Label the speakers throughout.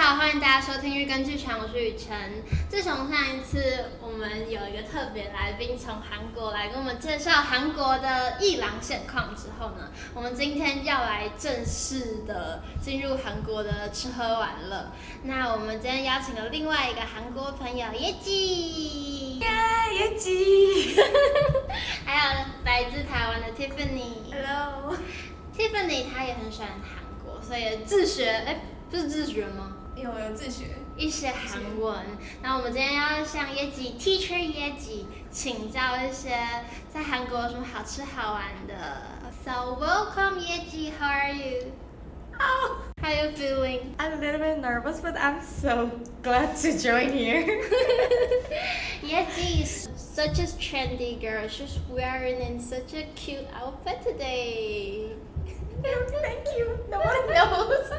Speaker 1: 好，欢迎大家收听《日更剧场》，我是雨辰。自从上一次我们有一个特别来宾从韩国来跟我们介绍韩国的艺廊现况之后呢，我们今天要来正式的进入韩国的吃喝玩乐。那我们今天邀请了另外一个韩国朋友耶基，
Speaker 2: 嗨，野鸡
Speaker 1: 还有来自台湾的 Tiffany。
Speaker 2: ，Hello，
Speaker 1: Tiffany 她也很喜欢韩国，所以自学，哎，不是自学吗？
Speaker 2: 有有自学，
Speaker 1: 一些韩文。那我们今天要向业绩 teacher 业绩请教一些在韩国有什么好吃好玩的。So welcome 业绩，How are you?
Speaker 3: Oh,
Speaker 1: How are you feeling?
Speaker 2: I'm a little bit nervous, but I'm so glad to join here.
Speaker 1: Yeji is such a trendy girl. She's wearing in such a cute outfit today.
Speaker 2: Thank you. No one knows.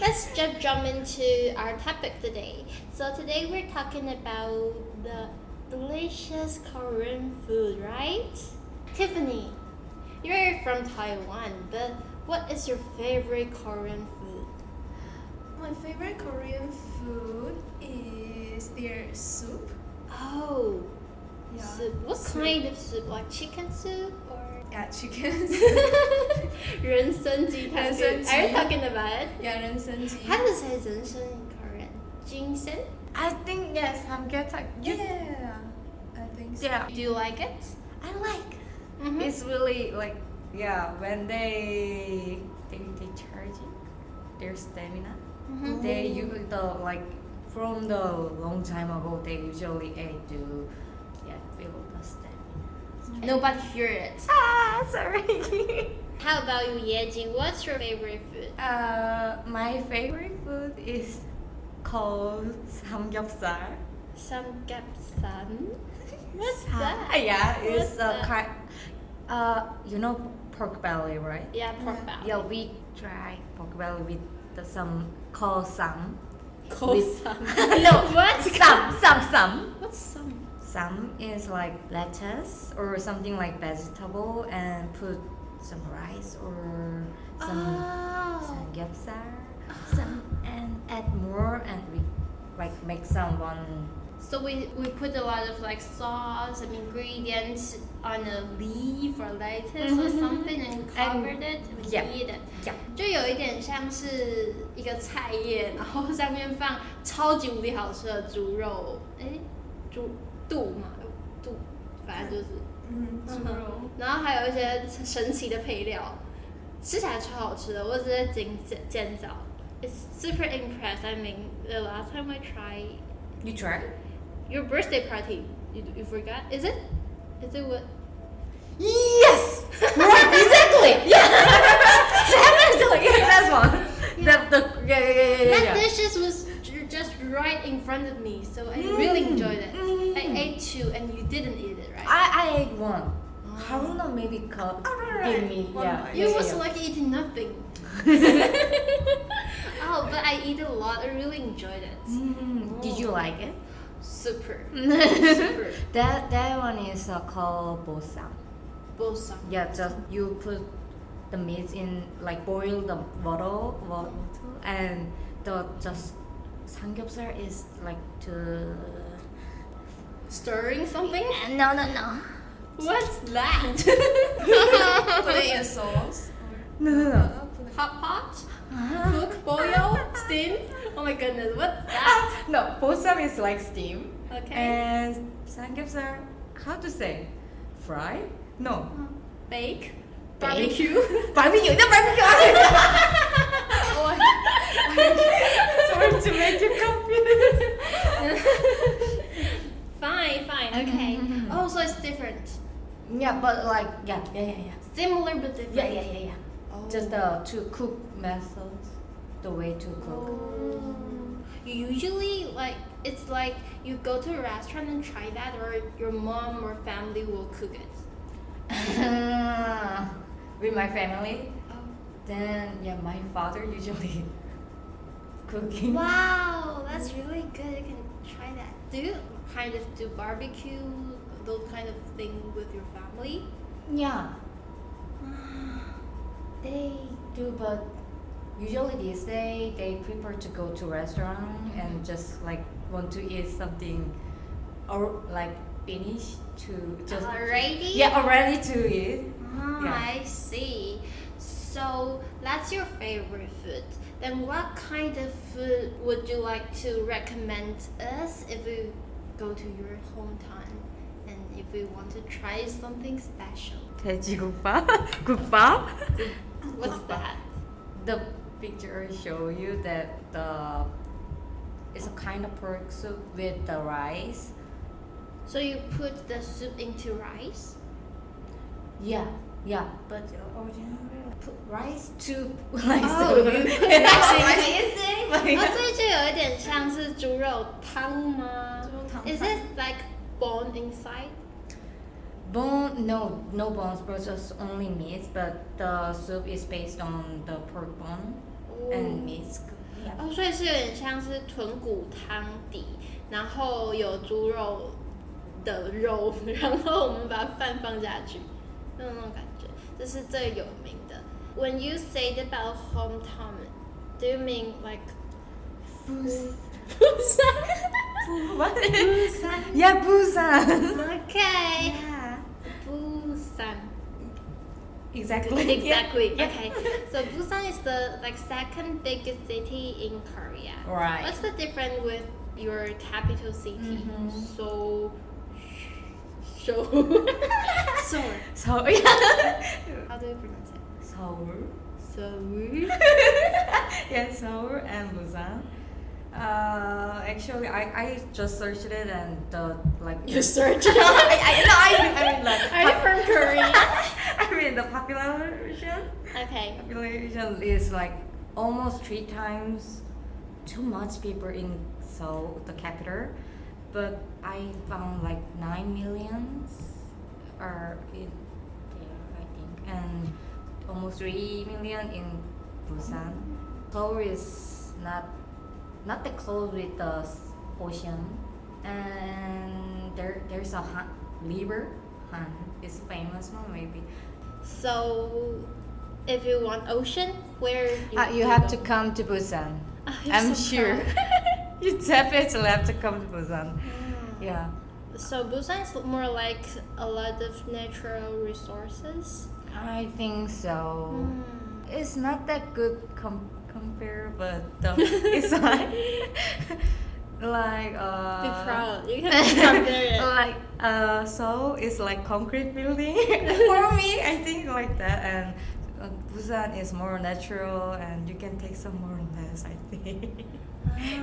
Speaker 1: Let's just jump into our topic today. So today we're talking about the delicious Korean food, right? Tiffany, you're from Taiwan, but what is your favorite Korean food?
Speaker 2: My favorite Korean food is their soup.
Speaker 1: Oh,
Speaker 2: Yeah.
Speaker 1: soup. What
Speaker 2: soup.
Speaker 1: kind of soup? Like chicken soup or?
Speaker 2: Yeah, chicken.
Speaker 1: 人参鸡汤soup. Are you
Speaker 2: 人参鸡.
Speaker 1: talking about it?
Speaker 2: yeah, 人参鸡.
Speaker 1: How do you say 人参 in Korean? Ginseng?
Speaker 3: I think yes, I'm good. Like, you,
Speaker 2: Yeah, I think so.
Speaker 3: yeah.
Speaker 1: Do you like it?
Speaker 3: I like.
Speaker 2: Mm-hmm.
Speaker 1: Mhm.
Speaker 3: It's really like yeah. When they think they charging their stamina,
Speaker 2: Mm-hmm.
Speaker 1: Mhm.
Speaker 3: they use the like from the long time ago. They usually ate to yeah build the stamina.
Speaker 1: Nobody hear it.
Speaker 3: Ah, sorry.
Speaker 1: How about you, Yejin? What's your favorite food?
Speaker 3: uh, my favorite food is called samgyeopsal.
Speaker 1: Samgyeopsal. What's
Speaker 3: Ah,
Speaker 1: that?
Speaker 3: yeah, it's
Speaker 1: What's that?
Speaker 3: a kind. Uh, you know pork belly, right?
Speaker 1: Yeah, pork belly.
Speaker 3: Yeah, we try pork belly with the some call some.
Speaker 1: Kosam.
Speaker 3: no,
Speaker 1: what?
Speaker 3: Some, some, some.
Speaker 1: What's some?
Speaker 3: Some is like lettuce or something like vegetable and put some rice or some
Speaker 1: Oh.
Speaker 3: samgyeopsal. Some and add more and we like make some one.
Speaker 1: So we, we put a lot of like sauce and ingredients on a leaf or lettuce or something and covered it and we
Speaker 3: yeah.
Speaker 1: eat it.
Speaker 3: Yeah.
Speaker 1: 就有一点像是一个菜叶，然后上面放超级无敌好吃的猪肉，哎，猪肚嘛，肚，反正就是，
Speaker 2: 嗯，猪
Speaker 3: Uh-huh.
Speaker 2: 肉。
Speaker 1: 然后还有一些神奇的配料，吃起来超好吃的，我只是惊见见到。It's super impressed. I mean, the last time I tried
Speaker 3: You try?
Speaker 1: your birthday party, you, you forgot? Is it? Is it what?
Speaker 3: Yes. right, exactly. Yeah. Definitely. Yeah, that's one.
Speaker 1: Yeah.
Speaker 3: The, the yeah yeah yeah yeah. yeah.
Speaker 1: That dishes was ju- just right in front of me, so I really
Speaker 3: Mm.
Speaker 1: enjoyed it. I
Speaker 3: Mm.
Speaker 1: ate two, and you didn't eat it, right?
Speaker 3: I, I ate one.
Speaker 1: Oh.
Speaker 3: Haruna maybe cut. Give me
Speaker 2: One
Speaker 3: yeah.
Speaker 2: bite.
Speaker 3: yeah,
Speaker 1: you was
Speaker 3: yeah.
Speaker 1: like eating nothing. oh, but I eat a lot. I really enjoyed it.
Speaker 3: Mm, Did you like it?
Speaker 1: Super, super.
Speaker 3: That that one is uh, called bosam.
Speaker 1: Bosa.
Speaker 3: Yeah, just you put the meat in like boil the water, water and the just samgyeopsal is like to
Speaker 1: Stirring something?
Speaker 3: no no no.
Speaker 1: What's that?
Speaker 2: Put it in sauce.
Speaker 3: No no no. Ah,
Speaker 2: Uh, put it-
Speaker 1: Hot pot? Cook, boil, steam? Oh my goodness, what's that?
Speaker 3: No, bosam is like steam.
Speaker 1: Okay.
Speaker 3: And samgyeopsal, how to say? Fry? No.
Speaker 1: Bake?
Speaker 3: Bake.
Speaker 1: Barbecue?
Speaker 3: Barbecue. No barbecue. Sorry
Speaker 1: Sorry
Speaker 3: to make you confused.
Speaker 1: fine, fine, okay. Oh, so it's different.
Speaker 3: Yeah, but like yeah, yeah, yeah, yeah.
Speaker 1: Similar but different.
Speaker 3: Yeah, yeah, yeah, yeah. Just the to cook methods, the way to cook.
Speaker 1: Oh. You usually like it's like you go to a restaurant and try that, or your mom or family will cook it.
Speaker 3: With my family,
Speaker 1: Oh.
Speaker 3: then yeah, my father usually cooking.
Speaker 1: Wow, that's really good. You can try that. Do you kind of do barbecue, those kind of thing with your family?
Speaker 3: Yeah, they do, but usually these days they prefer to go to restaurant and just like want to eat something or like finish to just
Speaker 1: Already?
Speaker 3: yeah already to eat
Speaker 1: Ah,
Speaker 3: Yeah.
Speaker 1: I see. So that's your favorite food. Then what kind of food would you like to recommend us if we go to your hometown and if we want to try something special?
Speaker 2: 돼지국밥? 국밥?
Speaker 1: What's that?
Speaker 3: the picture show you that the it's a kind of pork soup with the rice
Speaker 1: So you put the soup into rice?
Speaker 3: yeah yeah but originally put rice to like so
Speaker 1: you put
Speaker 3: and
Speaker 1: Oh. rice in
Speaker 3: actually- like-
Speaker 1: 哦，所以就有一点像是猪肉汤吗？
Speaker 2: 猪肉汤
Speaker 1: Is it like bone inside?
Speaker 3: Bone, no, no bones, but just only meat. But the soup is based on the pork bone and meat. Yeah.
Speaker 1: 哦，所以是有点像是豚骨汤底，然后有猪肉的肉，然后我们把饭放下去，那种那种感觉，这是最有名的。When you say about hometown, do you mean like
Speaker 2: What?
Speaker 1: Busan?
Speaker 3: Yeah, Busan.
Speaker 1: Okay,
Speaker 2: Yeah.
Speaker 1: Busan.
Speaker 2: Exactly.
Speaker 1: Exactly. Okay. So Busan is the like second biggest city in Korea.
Speaker 3: Right.
Speaker 1: What's the difference with your capital city?
Speaker 3: Mhm.
Speaker 1: So, so, so.
Speaker 3: So yeah.
Speaker 1: How do you pronounce it?
Speaker 3: Seoul.
Speaker 1: Seoul.
Speaker 3: yeah, Seoul and Busan. Uh, actually, I, I just searched it and the like. the-
Speaker 1: search.
Speaker 3: I, I, no, I mean, I mean like.
Speaker 1: Are you from Korea?
Speaker 3: I mean the population.
Speaker 1: Okay.
Speaker 3: population is like almost three times too much people in Seoul, the capital. But I found like nine millions are in there, I think, and almost three million in Busan. Seoul is not not that close with the s- ocean, and there there's a Han, river. Han is famous one maybe.
Speaker 1: So, if you want ocean, where you,
Speaker 3: Uh, you
Speaker 1: do
Speaker 3: have to
Speaker 1: go?
Speaker 3: come to Busan.
Speaker 1: Ah, you're
Speaker 3: I'm
Speaker 1: so
Speaker 3: sure.
Speaker 1: proud.
Speaker 3: you definitely have to come to
Speaker 1: Ah.
Speaker 3: Busan. Yeah.
Speaker 1: So Busan is more like a lot of natural resources.
Speaker 3: I think so.
Speaker 1: Mm.
Speaker 3: It's not that good com- compare, but um, it's like like uh.
Speaker 1: Be proud. You can be proud there.
Speaker 3: like uh, so it's like concrete building for me. I think like that, and uh, Busan is more natural, and you can take some more less. I think. I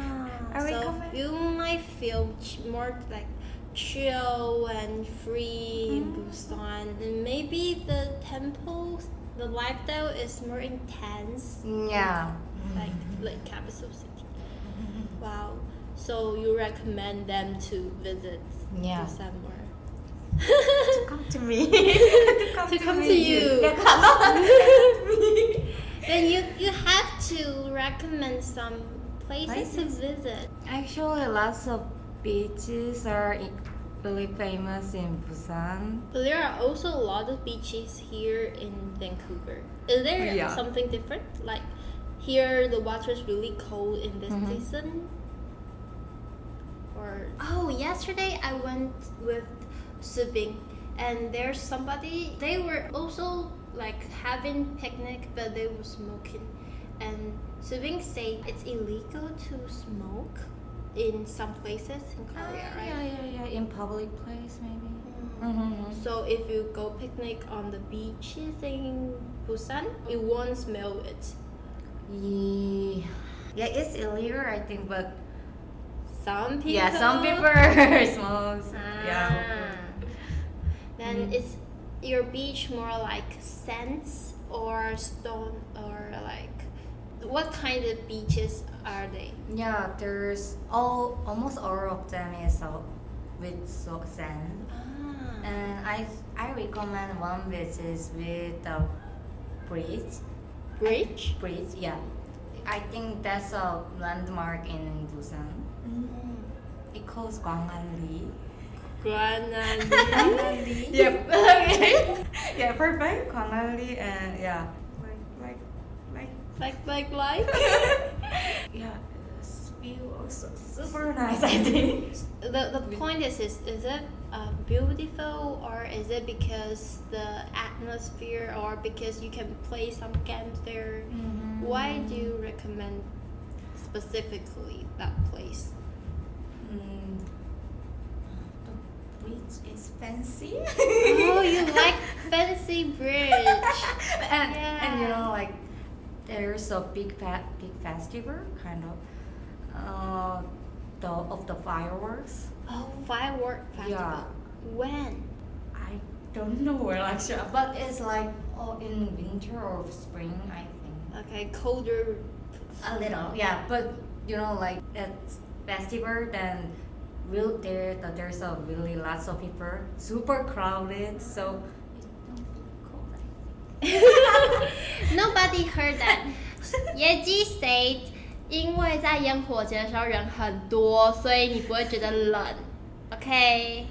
Speaker 1: Ah. so
Speaker 3: recommend-
Speaker 1: you might feel ch- more like chill and free in
Speaker 3: Hmm.
Speaker 1: Busan, and maybe the temples, the lifestyle is more intense,
Speaker 3: Yeah.
Speaker 1: like
Speaker 3: Hmm.
Speaker 1: like capital city. Wow. So you recommend them to visit
Speaker 3: Yeah.
Speaker 1: Busan more.
Speaker 3: Come to me. to come
Speaker 1: To
Speaker 3: to,
Speaker 1: come
Speaker 3: me.
Speaker 1: to you.
Speaker 3: Yeah, come on.
Speaker 1: Then you you have to recommend some places to visit.
Speaker 3: Actually, lots of beaches are i- really famous in Busan.
Speaker 1: But there are also a lot of beaches here in Vancouver. Is there
Speaker 3: Oh, Yeah.
Speaker 1: something different? Like here the water is really cold in this
Speaker 3: Mhm.
Speaker 1: season? Or Oh, yesterday I went with Subing and there's somebody they were also like having picnic but they were smoking. And Subing said it's illegal to smoke in some places in Korea, right?
Speaker 3: Oh, Yeah, yeah, yeah. In public place, maybe.
Speaker 1: Mm.
Speaker 3: Mm-hmm.
Speaker 1: So if you go picnic on the beaches in Busan, you won't smell it.
Speaker 3: Yeah. yeah, it's illegal, I think, but
Speaker 1: Some people.
Speaker 3: yeah, some people smokes. Yeah.
Speaker 1: Ah. Then
Speaker 3: Mhm.
Speaker 1: is your beach more like sands or stone or like what kind of beaches are they?
Speaker 3: Yeah, there's all almost all of them is all with so- sand.
Speaker 1: Ah.
Speaker 3: And Uh, I I recommend one which is with the bridge.
Speaker 1: Bridge.
Speaker 3: Bridge, yeah. I think that's a landmark in Busan.
Speaker 2: Mm-hmm.
Speaker 3: It calls Gwangali.
Speaker 1: Granada.
Speaker 3: Yep. okay. yeah, perfect. Gwangali and yeah.
Speaker 2: Like, like, like
Speaker 1: Like, like, like.
Speaker 3: Yeah, it's
Speaker 1: View also
Speaker 3: super nice. I think.
Speaker 1: The, the point is, is, is it uh, beautiful or is it because the atmosphere or because you can play some games there? Why do you recommend specifically that place?
Speaker 3: Mm,
Speaker 2: Which is fancy.
Speaker 1: oh, you like fancy bridge.
Speaker 3: and and you
Speaker 1: Yeah.
Speaker 3: know like there's a big fa- big festival kind of uh, the of the fireworks.
Speaker 1: Oh, firework festival.
Speaker 3: Yeah.
Speaker 1: When?
Speaker 3: I don't know where actually, but it's like oh in winter or spring I think.
Speaker 1: Okay, colder.
Speaker 3: A little, yeah. But you know, like at festival, then real there the, there's a really lots of people, super crowded. So it don't feel cold.
Speaker 1: Nobody heard that. 耶基 said，因为在烟火节的时候人很多，所以你不会觉得冷。Okay.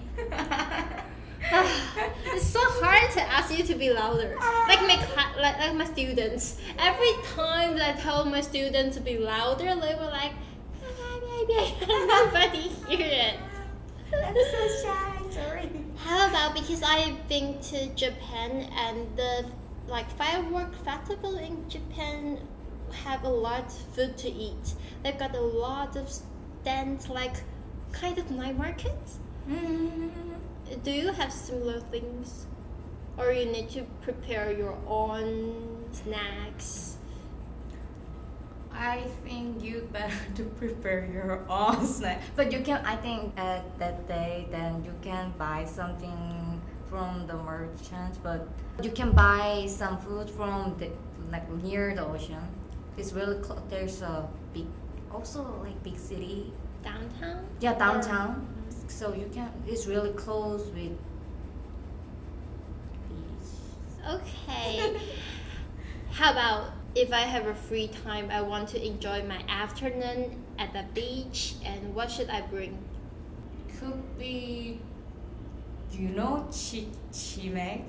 Speaker 1: it's so hard to ask you to be louder. Like my cla- like, like my students. Every time I tell my students to be louder, they were like, nobody hear it.
Speaker 3: I'm so shy. Sorry.
Speaker 1: How about because I've been to Japan and the like firework festival in Japan have a lot of food to eat. They've got a lot of stands like kind of night markets.
Speaker 3: Mm-hmm.
Speaker 1: Do you have similar things? Or you need to prepare your own snacks?
Speaker 3: I think you better to prepare your own snack. But you can, I think, at that day, then you can buy something from the merchant. But you can buy some food from the like near the ocean. It's really close. There's a big, also like big city.
Speaker 1: Downtown?
Speaker 3: Yeah, downtown. So you can. It's really close with beach.
Speaker 1: Okay. How about if I have a free time, I want to enjoy my afternoon at the beach, and what should I bring?
Speaker 3: Could be. Do you know chi chimek?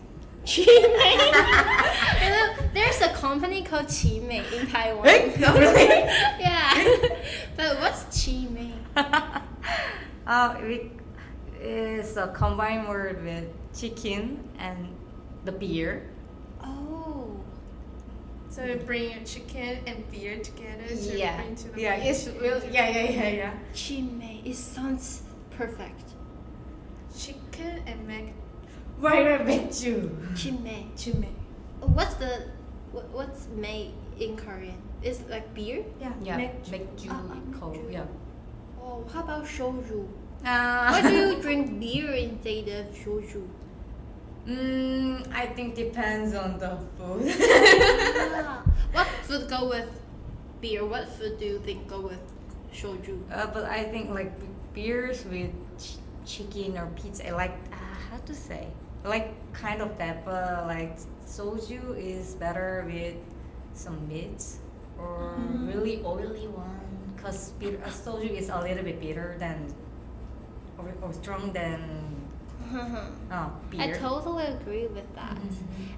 Speaker 1: Chimay. You know, There's a company called Chimay in Taiwan.
Speaker 3: no, really?
Speaker 1: yeah. but what's Chimay?
Speaker 3: uh, it is a combined word with chicken and the beer.
Speaker 1: Oh.
Speaker 2: so you bring your chicken and beer together. To
Speaker 3: Yeah.
Speaker 2: Bring to the
Speaker 3: Yeah,
Speaker 2: beach.
Speaker 3: it's real. Yeah, yeah, yeah, yeah.
Speaker 1: Chimay. It sounds perfect.
Speaker 2: Chicken and mac
Speaker 3: Right, right, with you.
Speaker 1: Chimay.
Speaker 2: chimney.
Speaker 1: Oh, What's the what, what's May in Korean? It's like beer?
Speaker 2: Yeah.
Speaker 3: Yeah, Uh-huh.
Speaker 2: Mac
Speaker 3: make you
Speaker 1: Ah, ah,
Speaker 3: cold.
Speaker 1: 맥주.
Speaker 3: Yeah.
Speaker 1: Oh, how about soju?
Speaker 3: Uh,
Speaker 1: Why do you drink beer instead of soju?
Speaker 3: Mm, I think depends on the food.
Speaker 1: Ah. what food go with beer? What food do you think go with soju?
Speaker 3: uh, but I think like beers with ch- chicken or pizza, like uh, how to say, like kind of that, but like soju is better with some meat or
Speaker 1: Mm-hmm.
Speaker 3: really oily one, cause bitter, uh, soju is a little bit bitter than or, or strong than uh, beer. Mm-hmm.
Speaker 1: I totally agree with that.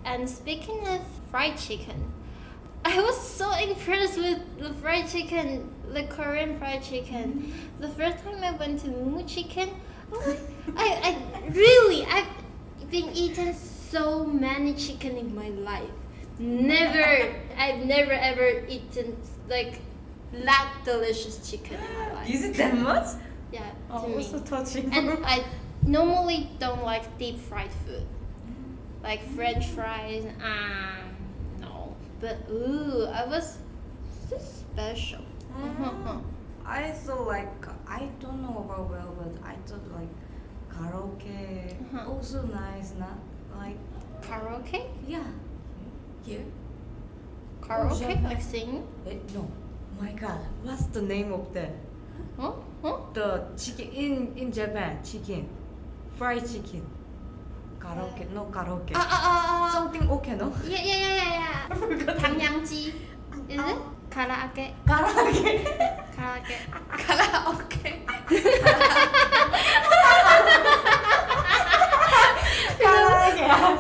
Speaker 1: And speaking of fried chicken, I was so impressed with the fried chicken, the Korean fried chicken. The first time I went to Mumu Chicken, oh my- I, I really, I've been eating so many chicken in my life. Never, I've never ever eaten like that delicious chicken in my life.
Speaker 3: Is it that much?
Speaker 1: Yeah, to
Speaker 3: Oh,
Speaker 1: me.
Speaker 3: so touching.
Speaker 1: And I normally don't like deep fried food, like French fries. Ah, no. But ooh, I was so special. Mm-hmm.
Speaker 3: Mm. I thought like I don't know about well, but I thought like karaoke
Speaker 1: Uh-huh.
Speaker 3: also nice, not like
Speaker 1: Karaoke,
Speaker 3: yeah.
Speaker 2: Here.
Speaker 1: karaoke,
Speaker 3: yeah.
Speaker 1: like singing.
Speaker 3: Eh, no, my God, what's the name of that?
Speaker 1: Huh? Huh?
Speaker 3: The chicken in in Japan, chicken, fried chicken, karaoke, no karaoke.
Speaker 1: Ah ah ah ah.
Speaker 3: Something okay, no?
Speaker 1: Yeah yeah yeah yeah yeah.
Speaker 3: I forgot.
Speaker 1: Tangyangji, is it? Karaoke,
Speaker 3: Karaoke.
Speaker 1: karaoke.
Speaker 2: Karaoke.
Speaker 3: karaoke.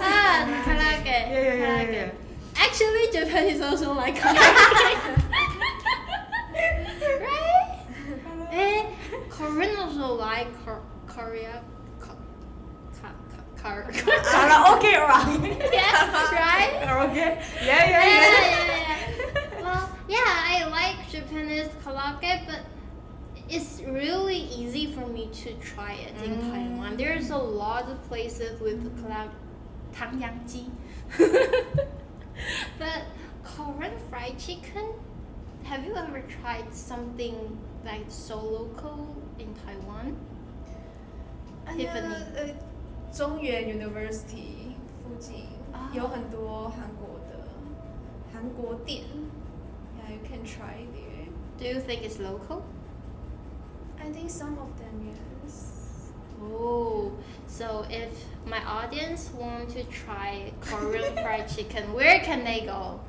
Speaker 1: Ah, karaoke.
Speaker 3: Yeah, yeah, yeah, yeah,
Speaker 1: karaoke.
Speaker 3: yeah.
Speaker 1: Actually, Japan is also like karaoke. 说 Eh, Why Kor- Korea Ko- Ka- Ka- Ka-
Speaker 2: Karaoke, right?
Speaker 1: Yeah, right?
Speaker 2: Karaoke? Yeah, yeah,
Speaker 1: Yeah,
Speaker 2: yeah.
Speaker 1: yeah, yeah. Well, yeah, I like Japanese karaoke, but it's really easy for me to try it in
Speaker 3: Mm.
Speaker 1: Taiwan. There's a lot of places with cloud tangyangji. but Korean fried chicken, have you ever tried something like so local in Taiwan? Tiffany.
Speaker 4: 呃，中原 University 附近
Speaker 1: 啊
Speaker 4: 有很多韩国的韩国店，Yeah, you can try there.
Speaker 1: Do you think it's local?
Speaker 4: I think some of them yes.
Speaker 1: Oh, so if my audience want to try Korean fried chicken, where can they go?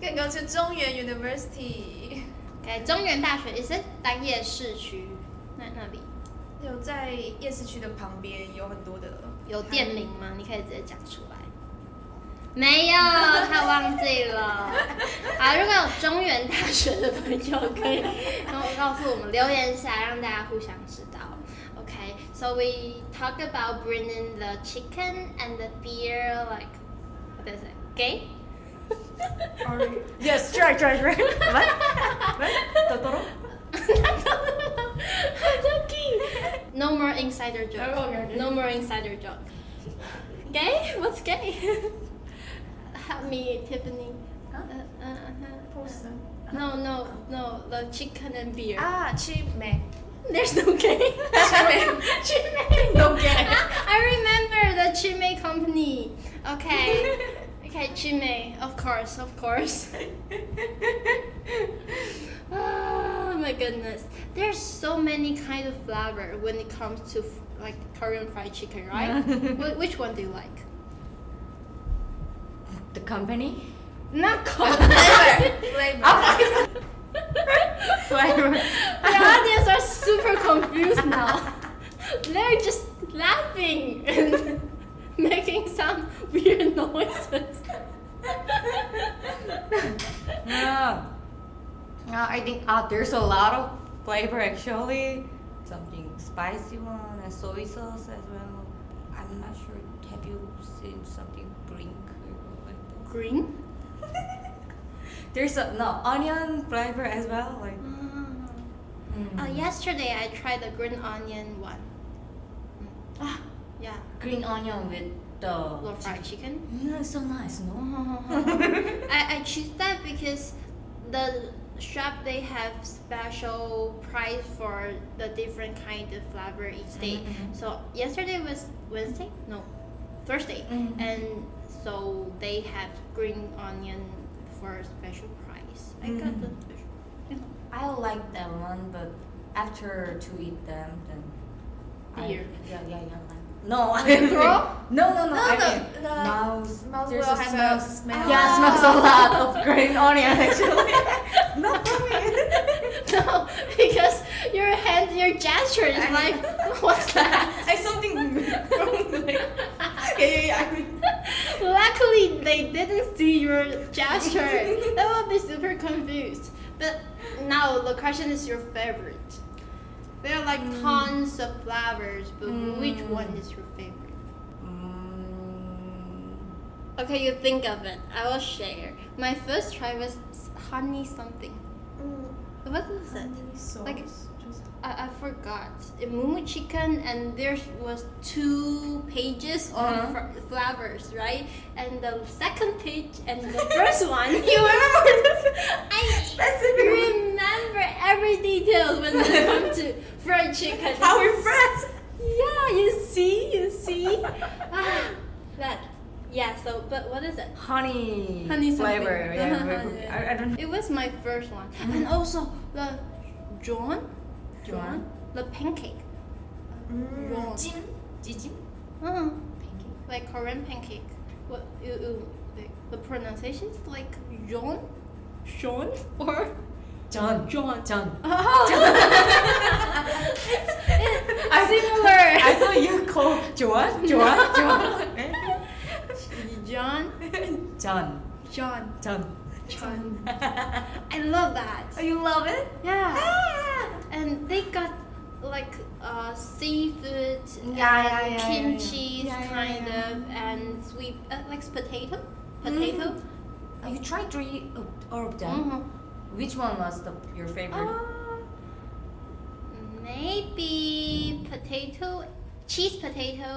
Speaker 4: Can go to 中原 University，
Speaker 1: Okay, 中原大学 is it 在夜市区？那那里有店名吗？你可以直接讲出来。
Speaker 4: 有在夜市区的旁边有很多的
Speaker 1: 没有，他忘记了。啊，如果有中原大学的朋友可以告告诉我们留言一下，让大家互相知道。Okay, so we talk about bringing the chicken and the beer, like what is it? Gay?
Speaker 2: Or- yes, try, try, try. What? What? Totoro?
Speaker 1: no more insider joke.
Speaker 4: Oh, okay, okay.
Speaker 1: No more insider joke. Gay? What's gay? Help me, Tiffany.
Speaker 4: Huh?
Speaker 1: Uh, uh, uh,
Speaker 4: person
Speaker 1: no, no, no. The chicken and beer.
Speaker 4: 啊，去美
Speaker 1: There's no gay.
Speaker 4: Chime.
Speaker 1: Chime.
Speaker 4: No gay.
Speaker 1: I remember the Chime company. Okay. okay, Chime. Of course, of course. oh my goodness. There's so many kind of flavor when it comes to f- like Korean fried chicken, right? Wh- which one do you like?
Speaker 3: The company?
Speaker 1: Not Korean.
Speaker 4: flavor，
Speaker 3: Flavor.
Speaker 1: the audience are super confused now. They're just laughing and making some weird noises.
Speaker 3: No. No, I think uh, there's a lot of flavor actually. Something spicy one and soy sauce as well. I'm not sure. Have you seen something green? like that?
Speaker 1: Green?
Speaker 3: There's a no onion flavor as well. Like
Speaker 1: Uh,
Speaker 3: mm,
Speaker 1: yesterday I tried the green onion one.
Speaker 3: Ah.
Speaker 1: Yeah,
Speaker 3: green onion with the.
Speaker 1: or fried chicken.
Speaker 3: Yeah, it's so nice, no?
Speaker 1: I, I choose that because the shop they have special price for the different kind of flavor each day.
Speaker 3: Mhm, mhm.
Speaker 1: So yesterday was Wednesday? No, Thursday.
Speaker 3: Mhm.
Speaker 1: And so they have green onion for a special price. I got the special.
Speaker 3: I like that one, but after to eat them, then. I-
Speaker 1: Beer.
Speaker 3: yeah, yeah, yeah. like- No, I
Speaker 1: Throw?
Speaker 3: No, no, no.
Speaker 4: No,
Speaker 3: I
Speaker 4: no,
Speaker 3: mean,
Speaker 4: the
Speaker 3: mouse.
Speaker 4: mouse
Speaker 3: There's
Speaker 4: will
Speaker 3: a
Speaker 4: have
Speaker 3: smell.
Speaker 4: a smell.
Speaker 3: Yeah,
Speaker 1: Ah.
Speaker 3: smells a lot of green onion actually. Not for me.
Speaker 1: no, because your hand, your gesture is
Speaker 3: I-
Speaker 1: like, what's that?
Speaker 3: I something from like. Yeah, yeah, yeah. I mean,
Speaker 1: Luckily, they didn't see your gesture. I would be super confused. But now the question is your favorite. There are like tons of flavors, but which one is your favorite?
Speaker 3: mm,
Speaker 1: Okay, you think of it. I will share. My first try was s- honey something.
Speaker 4: 嗯，
Speaker 1: What was it?
Speaker 4: 手
Speaker 1: Like-
Speaker 4: 就是。
Speaker 1: I, I forgot. It Mumu chicken, and there was two pages of
Speaker 3: Uh-huh.
Speaker 1: fr- flavors, right? And the second page and the first one.
Speaker 3: you remember this?
Speaker 1: I
Speaker 3: Specific.
Speaker 1: remember every detail when it comes to fried chicken.
Speaker 3: How we friends?
Speaker 1: Yeah, you see, you see. ah, that. Yeah. So, but what is it?
Speaker 3: Honey.
Speaker 1: Honey something.
Speaker 3: flavor. Yeah,
Speaker 1: Uh-huh,
Speaker 3: very good.
Speaker 1: yeah.
Speaker 3: I, I don't.
Speaker 1: It was my first one, and also the John,
Speaker 3: John.
Speaker 1: the pancake,
Speaker 4: 嗯，
Speaker 1: Wrong.
Speaker 4: 金
Speaker 3: Jijim. Mm.
Speaker 1: uh, like Korean pancake. What you, you like, the pronunciation is like John, Sean or
Speaker 3: John.
Speaker 1: John.
Speaker 3: John.
Speaker 1: I
Speaker 3: I
Speaker 1: similar.
Speaker 3: thought you called Joan. Joan. Joan.
Speaker 1: John,
Speaker 3: John.
Speaker 1: John,
Speaker 3: John.
Speaker 1: John. I love that.
Speaker 3: you love it? Ah!
Speaker 1: Yeah. And they got like uh, seafood, and
Speaker 3: Yeah, yeah, yeah, yeah, yeah.
Speaker 1: kimchi
Speaker 3: Yeah, yeah,
Speaker 1: kind
Speaker 3: yeah.
Speaker 1: of, and sweet uh, like potato,
Speaker 3: Mm.
Speaker 1: potato.
Speaker 3: Uh, You tried three of, all of them.
Speaker 1: Mhm.
Speaker 3: Which one was the, your favorite?
Speaker 1: Uh, maybe potato, cheese potato,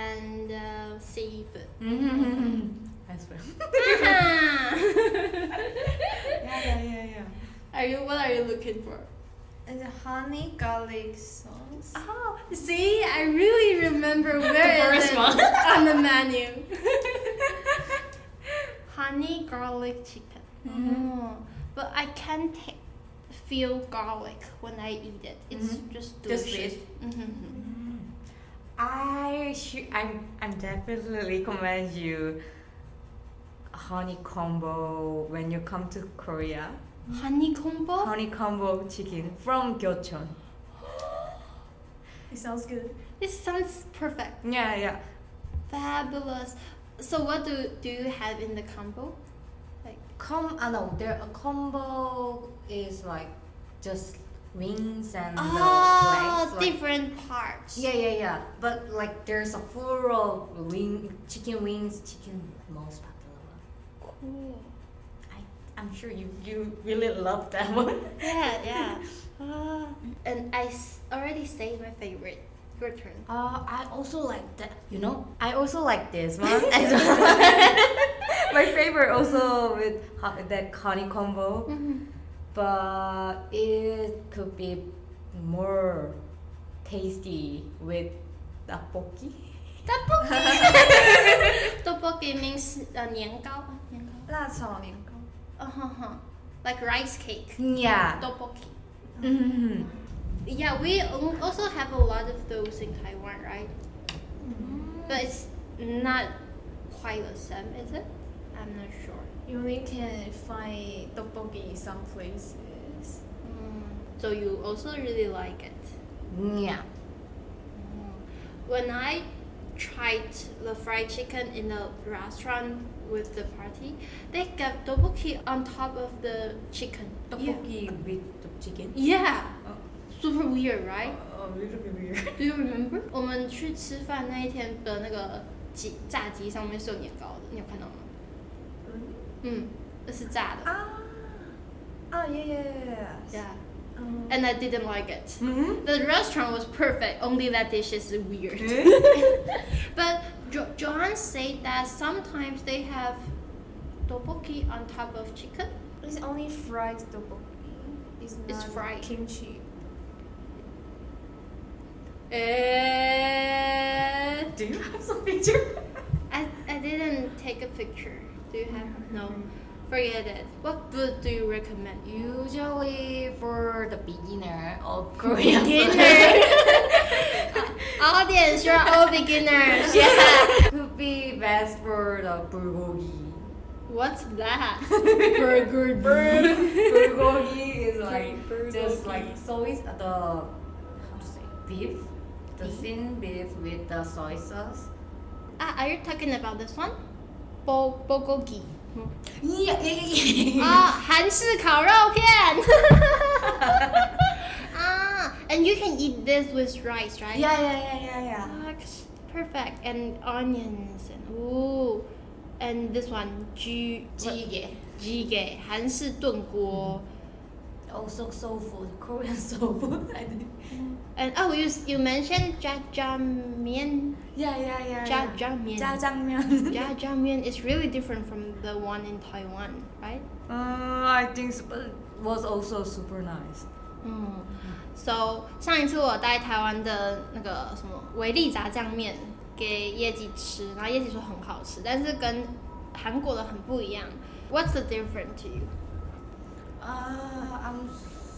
Speaker 1: and uh, seafood.
Speaker 3: Mm-hmm. That's right.
Speaker 1: Ah.
Speaker 3: yeah, yeah, yeah.
Speaker 1: are you? What are you looking for?
Speaker 4: And the honey garlic sauce.
Speaker 1: Oh, see, I really remember where
Speaker 3: The
Speaker 1: it
Speaker 3: first
Speaker 1: is
Speaker 3: one.
Speaker 1: on the menu. Honey garlic chicken.
Speaker 3: Mm-hmm.
Speaker 1: Oh, but I can't ta feel garlic when I eat it. It's just
Speaker 3: Mm-hmm. Just Mm-hmm.
Speaker 1: delicious. Mhm.
Speaker 3: I should. I'm. I'm definitely recommend you. Honey combo when you come to Korea.
Speaker 1: Honey combo.
Speaker 3: Honey combo chicken from Gyeongchang.
Speaker 4: It sounds good.
Speaker 1: This sounds perfect.
Speaker 3: Yeah, yeah.
Speaker 1: Fabulous. So what do do you have in the combo?
Speaker 3: Com. I know there a combo is like just wings and
Speaker 1: Oh,
Speaker 3: the legs. like-
Speaker 1: different parts.
Speaker 3: yeah, yeah, yeah. But like there's a full of wing, chicken wings, chicken most popular one.
Speaker 1: Cool.
Speaker 3: I'm sure you, you really love that one.
Speaker 1: Yeah, yeah. Ah, and I s- already say my favorite. Your turn.
Speaker 3: Uh, I also like that. You know, I also like this one as well. My favorite also with ho- that honey combo, but it could be more tasty with tteokbokki.
Speaker 1: Tteokbokki means uh, 年糕,年糕.
Speaker 4: 辣炒年糕
Speaker 1: Uh-huh. Like rice cake.
Speaker 3: Yeah.
Speaker 1: Tteokbokki.
Speaker 3: Mhm.
Speaker 1: Yeah, we al- also have a lot of those in Taiwan, right? But it's not quite the same, is it? I'm not sure.
Speaker 4: You only can find tteokbokki in some places.
Speaker 1: Mm. So you also really like it.
Speaker 3: Yeah.
Speaker 1: When I tried the fried chicken in the restaurant with the party, they got tteokbokki on top of the chicken.
Speaker 3: Tteokbokki with the chicken.
Speaker 1: Yeah.
Speaker 3: Oh.
Speaker 1: Super weird, right?
Speaker 3: A little bit weird.
Speaker 1: Do you remember？我们去吃饭那一天的那个鸡炸鸡上面是有年糕的，你有看到吗？嗯，那是炸的。
Speaker 4: Ah, ah, yeah, yeah, yeah, yeah.
Speaker 1: Yeah,
Speaker 4: Um,
Speaker 1: and I didn't like it.
Speaker 3: hmm
Speaker 1: The restaurant was perfect, only that dish is weird. but jo- Johan said that sometimes they have tteokbokki on top of chicken.
Speaker 4: it's only fried tteokbokki. It's not
Speaker 1: It's fried.
Speaker 4: kimchi.
Speaker 1: Uh,
Speaker 3: Do you have some picture?
Speaker 1: I, I didn't take a picture. Do you have? No. Forget it. What food do you recommend?
Speaker 3: Usually for the beginner of Korean
Speaker 1: Beginner.
Speaker 3: food,
Speaker 1: Audience, you're all beginners.
Speaker 3: would be best for the bulgogi.
Speaker 1: What's that? Burger.
Speaker 3: bulgogi is like
Speaker 4: Bul-
Speaker 3: just
Speaker 4: bulgogi.
Speaker 3: like soy the how to say beef, the
Speaker 1: Beef?
Speaker 3: thin beef with the soy sauce.
Speaker 1: Ah, are you talking about this one? Bo bulgogi.
Speaker 3: Yeah, yeah, yeah.
Speaker 1: 啊，韩式烤肉片。啊，and you can eat this with rice, right?
Speaker 3: yeah, yeah, yeah, yeah, yeah.
Speaker 1: Ah, Perfect. And onions and ooh, and this one, ji
Speaker 3: Jjigae. Mm-hmm.
Speaker 1: jjigae, 韩式炖锅。
Speaker 3: Also soul food, Korean soul food. I think.
Speaker 1: And oh, you you mentioned jjajangmyeon.
Speaker 3: Yeah, yeah, Oh, yeah. yeah.
Speaker 1: Jjajangmyeon.
Speaker 3: Jjajangmyeon.
Speaker 1: Jjajangmyeon is really different from the one in Taiwan, right?
Speaker 3: Uh, I think so, but was also super nice.
Speaker 1: 嗯，So 上一次我带台湾的那个什么维力炸酱面给叶吉吃，然后叶吉说很好吃，但是跟韩国的很不一样。What's the difference to you？
Speaker 3: Uh, I'm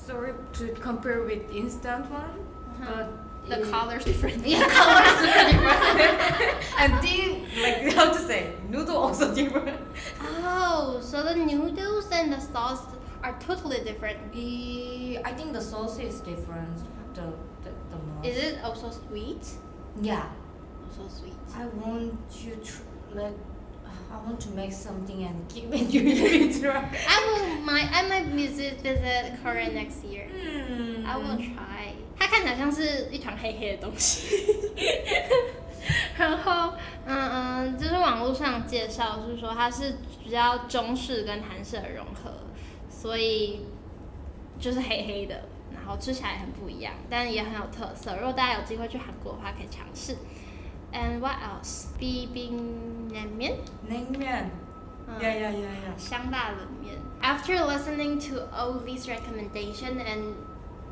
Speaker 3: sorry to compare with instant one, but
Speaker 1: The
Speaker 3: it-
Speaker 1: colors different.
Speaker 3: Yeah, color is super different. I think like how to say noodle also different.
Speaker 1: Oh, so the noodles and the sauce are totally different.
Speaker 3: The, I think the sauce is different. The the, the most.
Speaker 1: Is it also sweet?
Speaker 3: Yeah.
Speaker 1: Also sweet.
Speaker 3: I want you to like. I want to make something and give it you to try. Hmm.
Speaker 1: I will my I might visit visit Korea next year. I will try. 他它看起来像是一团黑黑的东西。 然后，嗯嗯，就是网络上介绍是说它是比较中式跟韩式的融合，所以就是黑黑的，然后吃起来很不一样，但也很有特色。如果大家有机会去韩国的话，可以尝试。And what else? B B 冷面，
Speaker 2: Naengmyeon.
Speaker 1: 嗯
Speaker 2: Yeah, yeah, yeah, yeah.
Speaker 1: 香辣冷面。After listening to Oli's recommendation, and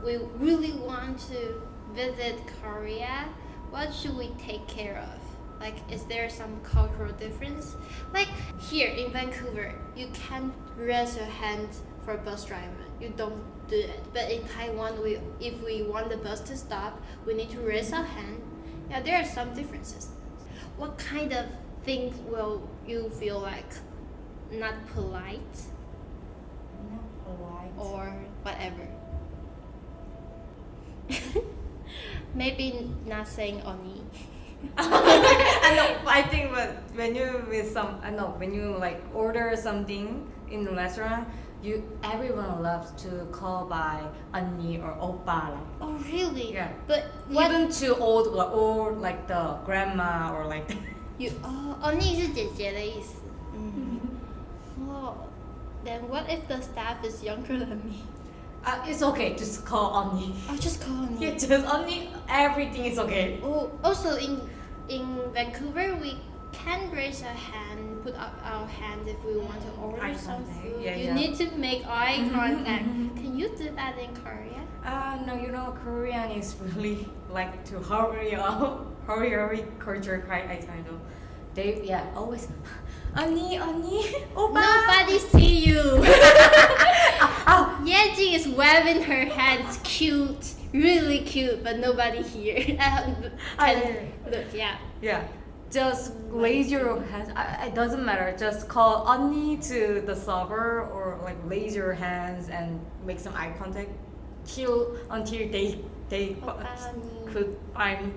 Speaker 1: we really want to visit Korea, what should we take care of? Like, is there some cultural difference? Like here in Vancouver, you can't raise your hand for a bus driver. You don't do it. But in Taiwan, we if we want the bus to stop, we need to raise our hand. Yeah, there are some differences. What kind of things will you feel like not polite
Speaker 2: Not polite.
Speaker 1: or whatever? Maybe not saying oni.
Speaker 3: I know. I think when when you with some, I know when you like order something in the restaurant, you everyone loves to call by 언니 or oppa. Like,
Speaker 1: Oh really?
Speaker 3: Yeah.
Speaker 1: But what
Speaker 3: Even to old or like the grandma or like
Speaker 1: you? Oh, oni 是姐姐的意思。 嗯。哦。Then Oh, what if the staff is younger than me?
Speaker 3: uh, it's okay just call Oni.
Speaker 1: I'll just call oni.
Speaker 3: Yeah, just Oni. Everything is okay.
Speaker 1: Oh, also in in Vancouver, we can raise our hand, put up our hand if we want to order
Speaker 3: Eye
Speaker 1: some
Speaker 3: contact,
Speaker 1: food.
Speaker 3: yeah,
Speaker 1: you
Speaker 3: yeah.
Speaker 1: need to make eye contact. Can you do that in Korea?
Speaker 3: Uh, no, you know Korean is really like to hurry up, hurry hurry culture. Quite I kind of. They yeah always Oni Oni oppa.
Speaker 1: Nobody ah. see you.
Speaker 3: Oh,
Speaker 1: Yejin is waving her hands, cute, really cute, but nobody here. Um,
Speaker 3: I
Speaker 1: can, look, yeah.
Speaker 3: yeah. Just raise your hand. I, it doesn't matter. Just call Ani to the server or like raise your hands and make some eye contact till until they they
Speaker 1: Oppa-ni.
Speaker 3: could find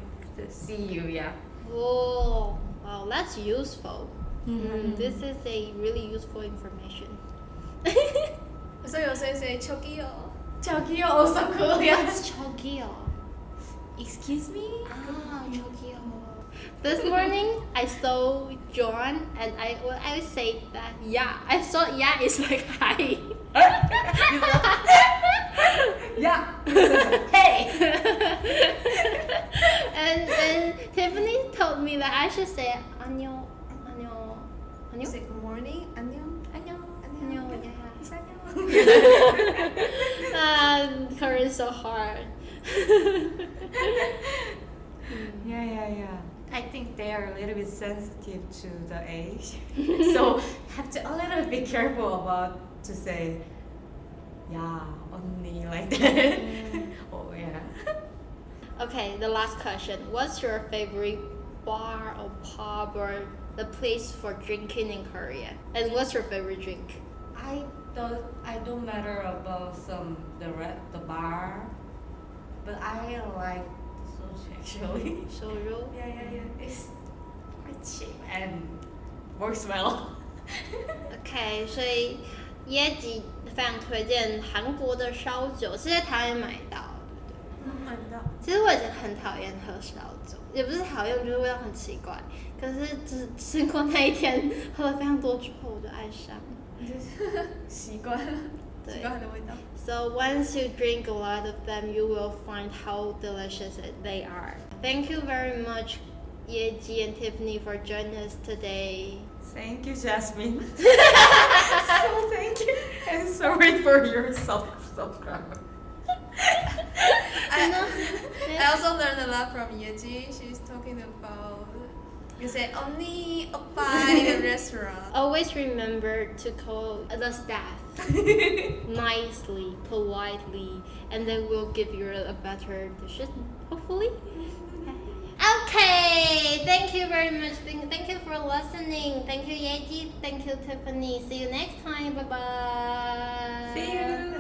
Speaker 3: see you. Yeah.
Speaker 1: Oh, wow, that's useful.
Speaker 3: Mm-hmm.
Speaker 1: Mm, this is a really useful information.
Speaker 4: So you say say choki
Speaker 3: Tokyo also cool. Yeah.
Speaker 1: That's Chogyo.
Speaker 3: Excuse me.
Speaker 1: Ah, Tokyo. This morning I saw John and I well, I would say that yeah I saw yeah is like hi.
Speaker 3: Yeah.
Speaker 1: hey. and and Tiffany told me that I should say 안녕 안녕
Speaker 4: You
Speaker 1: 안녕
Speaker 4: say good morning, 안녕, 안녕, 안녕,
Speaker 1: 안녕 yeah.
Speaker 4: It's 안녕.
Speaker 1: And Korean's so hard.
Speaker 3: Yeah, yeah, yeah. I think they are a little bit sensitive to the age, so have to a little bit careful about to say, yeah, only like that. oh yeah.
Speaker 1: Okay, the last question. What's your favorite bar or pub or the place for drinking in Korea? And what's your favorite drink?
Speaker 3: I don't. I don't matter about some the re- the bar, but I like sushi actually.
Speaker 1: Soju.
Speaker 3: yeah, yeah, yeah. It's quite cheap and works well.
Speaker 1: OK，所以椰子非常推荐韩国的烧酒，是在台湾买到的。
Speaker 3: Oh
Speaker 1: 其实我以前很讨厌喝烧酒，也不是讨厌，我觉得味道很奇怪。可是只经过那一天喝了非常多之后，我就爱上了。 对。
Speaker 4: 习惯了，习惯它的味道。
Speaker 1: So once you drink a lot of them, you will find how delicious they are. Thank you very much, Yeji and Tiffany, for joining us today.
Speaker 3: Thank you, Jasmine. so thank you. And sorry for your self subscriber.
Speaker 1: You know,
Speaker 4: I also learned a lot from Yeji. She's talking about you say only oppa in a restaurant.
Speaker 1: always remember to call the staff nicely, politely, and they will give you a better decision, hopefully. Okay, thank you very much. Thank, thank you for listening. Thank you, Yeji. Thank you, Tiffany. See you next time. Bye bye.
Speaker 3: See you.